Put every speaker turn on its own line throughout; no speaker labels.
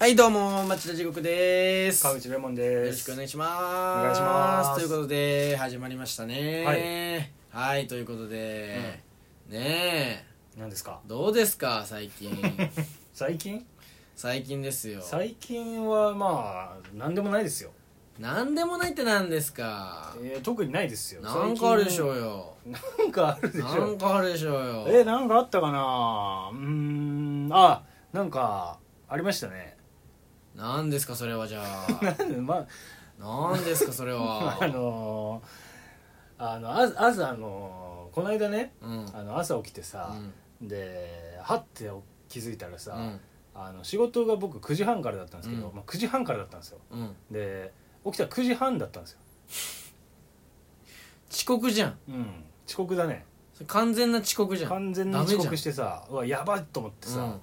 はいどうも町田地獄です
川
よ
口レモンで
ろし
す
くお願いします
お願いします
ということで始まりましたねはい、ということで、ねえ
何で すか
どうですか最 近
最近
最近ですよ
最近はまあ何でもないですよ、
なんでもないってなんですか
えー特にないですよ
なんかあるでしょ
う
うよ
なんかあるでし
なん
ょ
かあるでしょうよ
えー、なんかあったかなうーんあなんかありましたね
なんですかそれはじゃあ
ま
なんですかそれ
あ
は
あのーあのあ朝あのーこの間ね
うんうん
あの朝起きてさ、ではって気づいたらさ、あの仕事が僕9時半からだったんですけど、
うん
まあ、9時半からだったんですよ
うんうん
で起きたら9時半だったんですよ
遅刻じゃん
うん遅刻だね
それ完全な遅刻じゃん
完全に
ダメじ
遅
ゃん
刻してさうわやばいと思ってさ、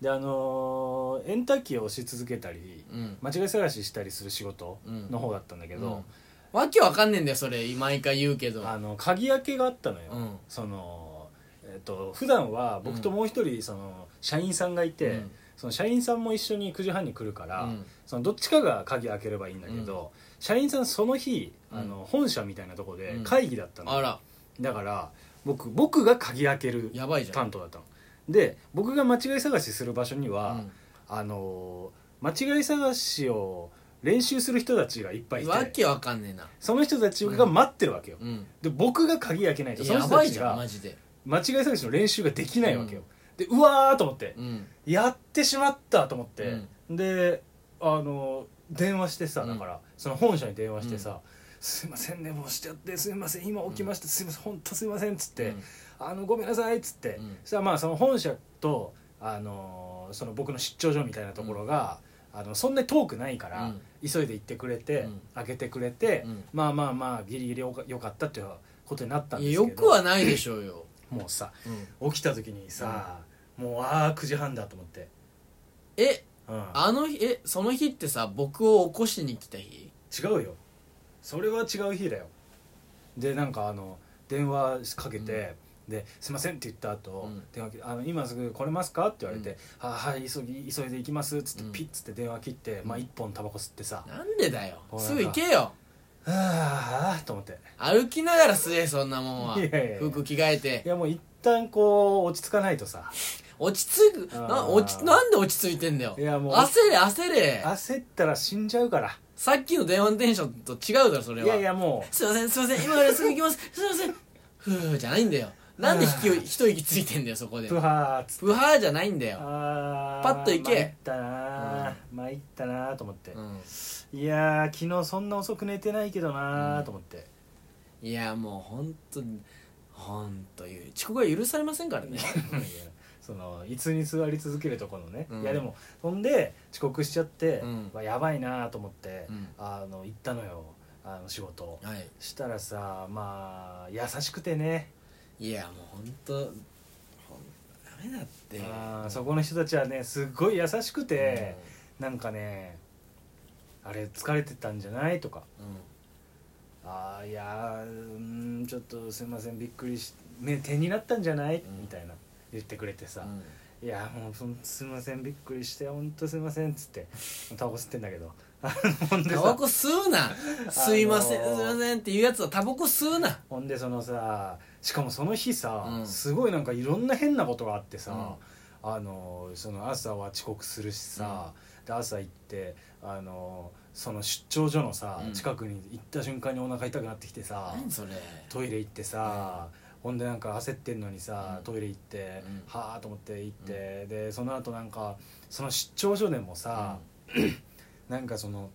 であのー、エンタッキーを押し続けたり
うんうん
間違い探ししたりする仕事
うん
の方だったんだけど、
うん、わけわかんねえんだよそれ毎回言うけど
あの鍵開けがあったのよ、
うん
そのえっと普段は僕ともう一人その社員さんがいて、
うん
その社員さんも一緒に9時半に来るか
う
ら、
ん
そのどっちかが鍵開ければいいんだけど、社員さんその日あの本社みたいなとこで会議だったの、
あら
だから僕僕が鍵開ける
やばいじゃん
担当だったので僕が間違い探しする場所には、
う
あのー間違い探しを練習する人たちがいっぱい
ん、
い
わ
て
けわかんねえな
その人たちが待ってるわけよ、
うん
で僕が鍵開けないとその
や
人
ば
た
い
ち
じゃん
が
マジで
間違い探しの練習ができないわけよ、でうわーと思って、
うん
やってしまったと思って、であの電話してさだから、その本社に電話してさ「すいません寝坊しちゃってすいません今起きました、すいません本当すいません」っつって、あの「ごめんなさい」っつって、
うん
そしたらまあその本社と、あのーその僕の出張所みたいなところが、あのそんなに遠くないから、
うん
急いで行ってくれて、
うん
開けてくれて、
うん
まあまあまあギリギリよかよかったっていうことになったん
い
で
や
す
よ
けど
くはないでしょうよ、
もうさ
うん、
起きた時にさ、もうああ9時半だと思って、
え
うん、
あの日えその日ってさ僕を起こしに来た日
違うよそれは違う日だよでなんかあの電話かけて、で「すいません」って言った後、
うん
電話切あの今すぐ来れますか?」って言われて「あはい急ぎ急いで行きます」っつって、
うん
ピッつって電話切って、まあ、
うん
1本タバコ吸ってさ「
なんでだよ
ほら
すぐ行けよ
ああ」と思って
歩きながら吸えそんなもんはい
やいやいや
服着替えて
いやもう一旦こう落ち着かないとさ
落ち着く
あ
な
ー
落ちなんで落ち着いてんだよ
いやもう
焦れ焦れ
焦ったら死んじゃうから
さっきの電話のテンションと違うだろそれはい
やいやもう
すいませんすいません今からすぐ行きますすいませんふーじゃないんだよなんで引きを一息ついてんだよそこで
プハーっつって
ふはーじゃないんだよ、
あー
パッと行け
参ったなー、参ったなーと思って、
うん、
いやー昨日そんな遅く寝てないけどなーと思って、
いやもうほんとほんという遅刻は許されませんからね
いやそのいつに座り続けるとこのね、
うん
いやでもほんで遅刻しちゃって、
うん
まあやばいなと思って、
うん
あの行ったのよあの仕事
はい
したらさまあ優しくてね、
いやもうほんとほんダメだって
あーそこの人たちはねすっごい優しくて、なんかねあれ疲れてたんじゃないとか
うんうん
あーいやーうーんちょっとすいませんびっくりし目手になったんじゃない、
うん
みたいな言ってくれてさ、
うん
いやもうそんすいませんびっくりして本当すいませんっつってタバコ吸ってんだけどあのほんで
タバ
さ
コ吸うなすいません、
あのー
すいませんっていうやつはタバコ吸うな
ほんでそのさしかもその日さ、
うん
すごいなんかいろんな変なことがあってさ、あのその朝は遅刻するしさ、で朝行ってあのその出張所のさ、
うん
近くに行った瞬間にお腹痛くなってきてさ、
何それ
トイレ行ってさ、ほんでなんか焦ってんのにさ、
うん
トイレ行って、
うん
はあと思って行って、でその後なんかその出張所でもさ、なんかその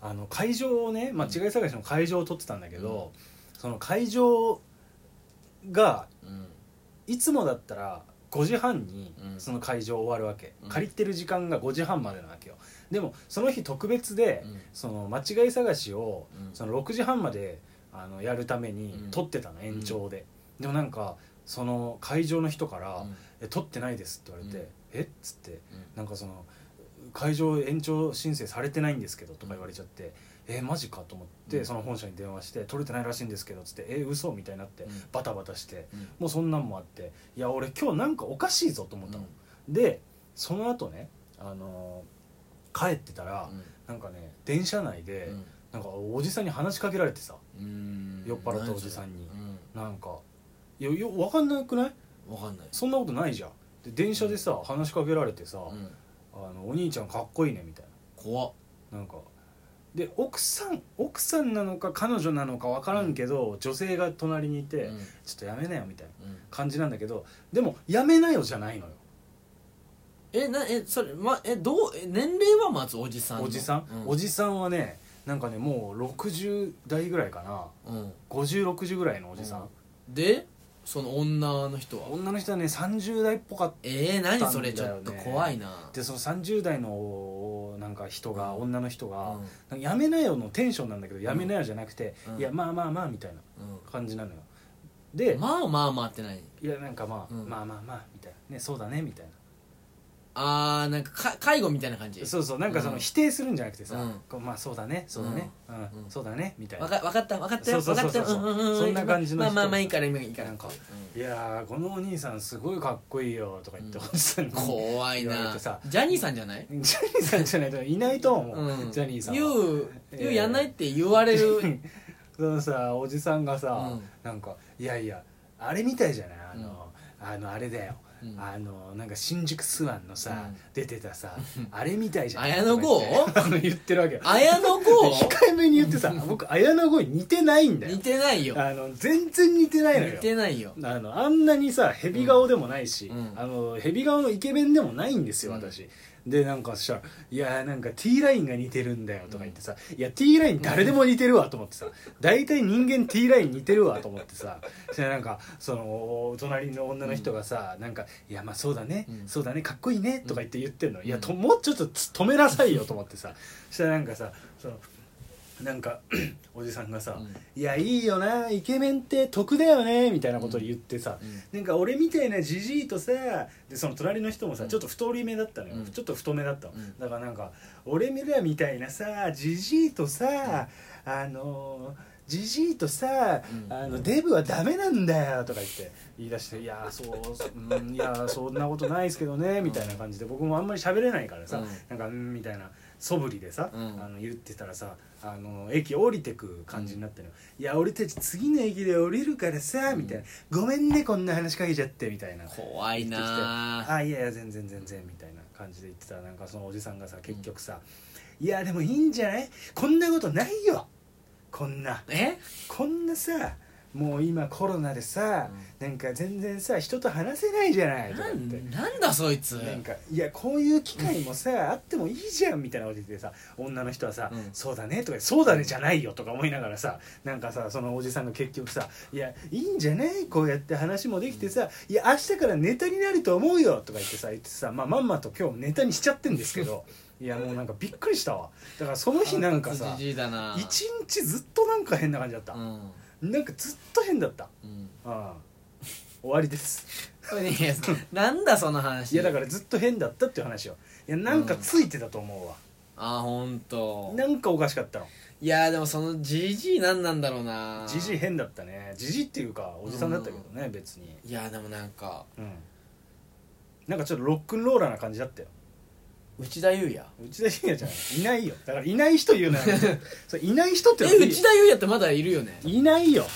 あの会場をね間違い探しの会場を取ってたんだけど、その会場が
うん
いつもだったら5時半に
うん
その会場終わるわけ、
うん
借りてる時間が5時半までなわけよでもその日特別で、
うん
その間違い探しを
うん
その6時半まであのやるために
うん
取ってたの延長で、でもなんかその会場の人から
うん
「え取ってないです」って言われて「
うん
えっ?」つって
うん
なんかその会場延長申請されてないんですけどとか言われちゃって、えーマジかと思って、
うん
その本社に電話して取れてないらしいんですけどっつってえー、嘘みたいになって、
うん
バタバタして
うん
もうそんなんもあっていや俺今日なんかおかしいぞと思ったの、でその後ねあの帰ってたら、なんかね電車内で、
うん
なんかおじさんに話しかけられてさ
うん
酔っ払ったおじさんに
何それ
なんかいやいや分かんなくない
うんわかんない
そんなことないじゃんで電車でさ話しかけられてさ、
うん
あの「お兄ちゃんかっこいいね」みたい
怖っ
ななんかで奥さん奥さんなのか彼女なのか分からんけど、女性が隣にいて、
うんうん
ちょっとやめなよ」みたいな感じなんだけどでも「やめなよ」じゃないのよ
えなえそれまえどうえ年齢はまずおじさんの
おじさん、
うん
おじさんはねなんかねもう60代ぐらいかな
うん
5060ぐらいのおじさん、
でその女の人は
女の人はね30代っぽかっ
えー、何それ
なん
ち
だよ
ょ
ね
っと怖いな
てその30代のなんか人が、
うん
女の人
う
が
ん
「なんかやめなよ」のテンションなんだけど「やめなよ」じゃなくて「
うん
いやまあまあまあ」みたいな
う
感じなのよで、
んまあまあまあってない
いやなんかま
う
あ、
ん
まあまあまあみたいなねそうだねみたいな
あーなんかか介護みたいな感じ
そうそうなんかそうの
ん
否定するんじゃなくてさ
うん
こうまあそうだねそうだねうん、
うん
そうだねみたいな
わかわかったわかったよ
そう
わか
そう
っ
そ
たよ
うそう
うんうんうん
そんな感じの
ま
人
あまあまあいいから今いいから
なんか
うん
いやーこのお兄さんすごいかっこいいよとか言って、
うん
おじさんに
怖い
言われ
な
て
ジ
さ
ャニーさんじゃない
ジャニーさんじゃないといないと思う、
うん
ジャニーさん
言
は
う
えー
言うやんないって言われ る
そのさおじさんがさ、
うん
なんか「いやいやあれみたいじゃないあの,、あのあれだよ、
うん
あのなんか新宿スワンのさ、
うん
出てたさあれみたいじゃない
綾野剛
とか言って 言ってるわけよ
綾野剛
控えめに言ってさ僕綾野剛に似てないんだよ
似てないよ
あの全然似てないのよ
似てないよ
あのあんなにさヘビ顔でもないし、
うん
あのヘビ顔のイケメンでもないんですよ
うん
私、でなんかそしたら「いやーなんか T ラインが似てるんだよ」とか言ってさ「いや T ライン誰でも似てるわ」と思ってさ大体人間 T ライン似てるわと思ってさそしたらなんかその隣の女の人がさ、なんか「いやまあそうだね、
うん
そうだねかっこいいね」とか言って言ってんの、
ん
いやともうちょっとつ止めなさいよと思ってさそしたらなんかさそのなんか おじさんがさ、
うん
いやいいよなイケメンって得だよねみたいなことを言ってさ、
うん
なんか俺みたいなじじいとさでその隣の人もさ、
うん
ちょっと太り目だったのよ、
うん
ちょっと太めだったの、
うん
だからなんか俺らみたいなさじじいとさ、あのーじじいとさ、
うん
あのデブはダメなんだよとか言って言い出して「いやーそうそうんいやーそんなことないですけどね」みたいな感じで僕もあんまり喋れないからさ、
うん
なんか「うん」みたいな素振りでさ、
うん
あの言ってたらさあの駅降りてく感じになってるの、いや俺たち次の駅で降りるからさ」みたいな「ごめんねこんな話しかけちゃって」みたいな
怖い
言って
な
きてあいやいや全然全然みたいな感じで言ってたらなんかそのおじさんがさ結局さ「いやでもいいんじゃないこんなことないよこんな
え
こんなさもう今コロナでさ、なんか全然さ人と話せないじゃない」とか
な
言って。
んなんだそいつ
なんかいやこういう機会もさあってもいいじゃんみたいなこと言ってさ女の人はさ「
うん
そうだね」とか「そうだね」じゃないよとか思いながらさなんかさそのおじさんが結局さ「いやいいんじゃないこうやって話もできてさ、いや明日からネタになると思うよ」とか言ってさ言ってさ、まあ、まんまと今日ネタにしちゃってんですけどいやもうなんかびっくりしたわだからその日なんか
腹
さ
立つじじいだな
一日ずっとなんか変な感じだった
う、ん
なんかずっと変だった
うん
ああ終わりです
いやなんだその話
いやだからずっと変だったっていう話よいやなんかついてたと思うわ、
あ本当。
なんかおかしかったの
いやでもそのじじいなんなんだろうな
じじい変だったねじじいっていうかおじさんだったけどね、別に
いやでもなんか
うんなんかちょっとロックンローラーな感じだったよ
内田裕也
内田信也じゃないいないよだからいない人言うなよそういない人ってのは
え内田裕也ってまだいるよね
いないよ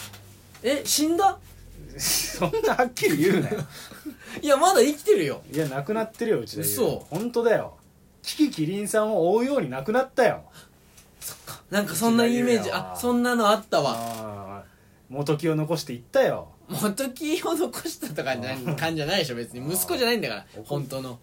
え死んだ
そんなはっきり言うなよ
いやまだ生きてるよ
いや亡くなってるよ内田信也
嘘
本当だよキキキリンさんを追うように亡くなったよ
なんかそんなイメー
内田
ジ
裕也は
あそんなのあったわ
ああ元木を残していったよ
元木を残したとかじゃない感じじゃないでしょ別に息子じゃないんだから本当の
うん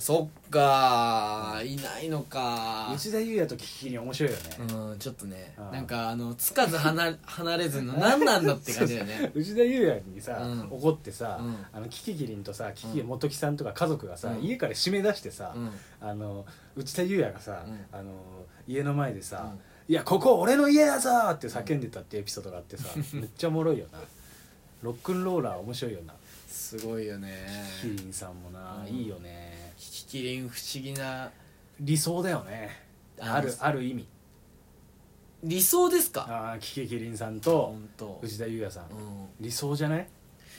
そっかいないのか
内田裕也とキキキリン面白いよね、
うんちょっとね
あー
なんかあのつかず離れ 離れずの何なんだって感じだよね
内田裕也にさ、
うん
怒ってさ、
うん
あのキキキリンとさキキ
うん
元木さんとか家族がさ、
うん
家から締め出して さ、
うん
あの内田裕也がさ、
う
あの家の前でさ「
うん
いやここ俺の家だぞ!」って叫んでたってエピソードがあってさ、めっちゃおもろいよなロックンローラー面白いよな
すごいよね
キキキリンさんもな、
うん
いいよね
キキキリン不思議な
理想だよね
あ
あるある意味
理想ですか
あーキキキリンさんと
本当うんい
内田裕也さん、理想じゃない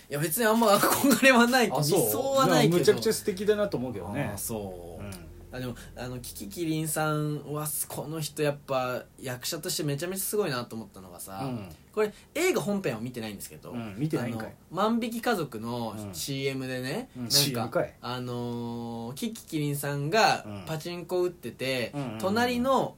や別にあんま憧れはないけど理想はないけど
むちゃくちゃ素敵だなと思うけどね
あーそう、
うん
あでもあのキキキリンさんはこの人やっぱ役者としてめちゃめちゃすごいなと思ったのがさ、
うん
これ映画本編は見てないんですけど、
うん見てないんかい
あの万引き家族の
うん
CM でね、
うん
なん
CM かい
あのーキキキリンさんが
うん
パチンコ打ってて、
うんうんうん
隣の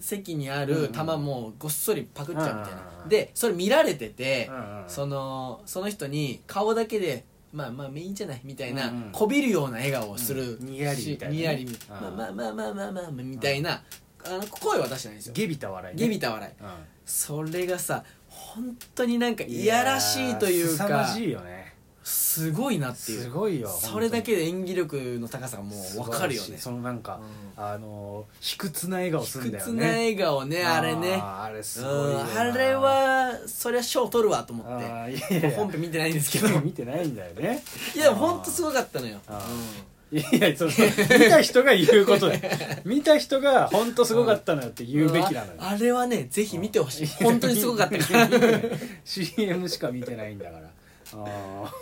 席にある玉もごっそりパクっちゃうみたいな、
うん
でそれ見られてて、
うんうん
そのその人に顔だけで「まあまあいいんじゃない」みたいな、
うんうん
こびるような笑顔をする、
うんにやりみたいなね
しにやりみ
うん
まあまあまあまあまあまあみたいな、あの声は出してないんですよ
ゲビた笑いね
ゲビた笑い
うん
それがさ本当になんかいやらしいという
やー
か
凄まじいよね
すごいなってい
す
う
ごいよ
それだけで演技力の高さがもう分かるよ
素晴らし
ね
いそのなんか
う
あの卑屈な笑顔する
卑
んだよ
屈
ね
な笑顔ねあれね
ーあれす
う
ごいよ
ん
な
あれはそりゃ賞取るわと思って
あーいやいや
本編見てないんですけど
見てないんだよね
いや本当すごかったのよ
あ
うん
いやその見た人が言うこと で見た人が本当すごかったのよって言うべきなのよ
ああれはねぜひ見てほしい
うん
本当にすごかったからいや
CM しか見てないんだからあ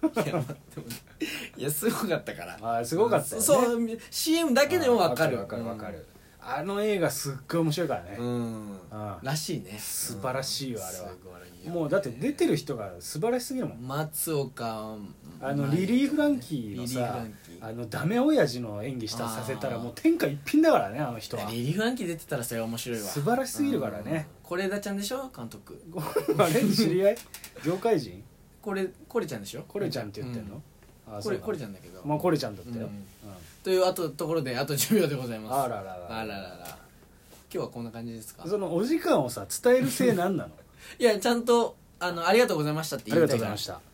待って 待っていやすごかったから
ーあーすごかったよね
そう CM だけでも分かる
わかるわかるあの映画すっごい面白いからね
うん
あ
らしいね
素晴らしいよあれは
すごいよ
もうだって出てる人が素晴らしすぎるもん
松岡
あのリリー・フランキーの
リリーフ
さ
ランキー
あのダメ親父の演技したさせたら
あー
もう天下一品だからねあの人は
リリー・フランキー出てたらそれは面白いわ
素晴らしすぎるからね
うん是枝ちゃんでしょ監督
ご あれ知り合い業界人
これこれちゃんでしょ
コレちゃんって言ってんのあ
これこれ
ち
ちゃんだけど
ゃんまあコレちゃんだった
う
よ
ん
うん
というあとところであと10秒でございます
あらららら
あららら今日はこんな感じですか
そのお時間をさ伝えるせいなんなの
いやちゃんとあのありがとうございましたって
あ
言
り
い
が
た
とう
いか
ござい
ら
ました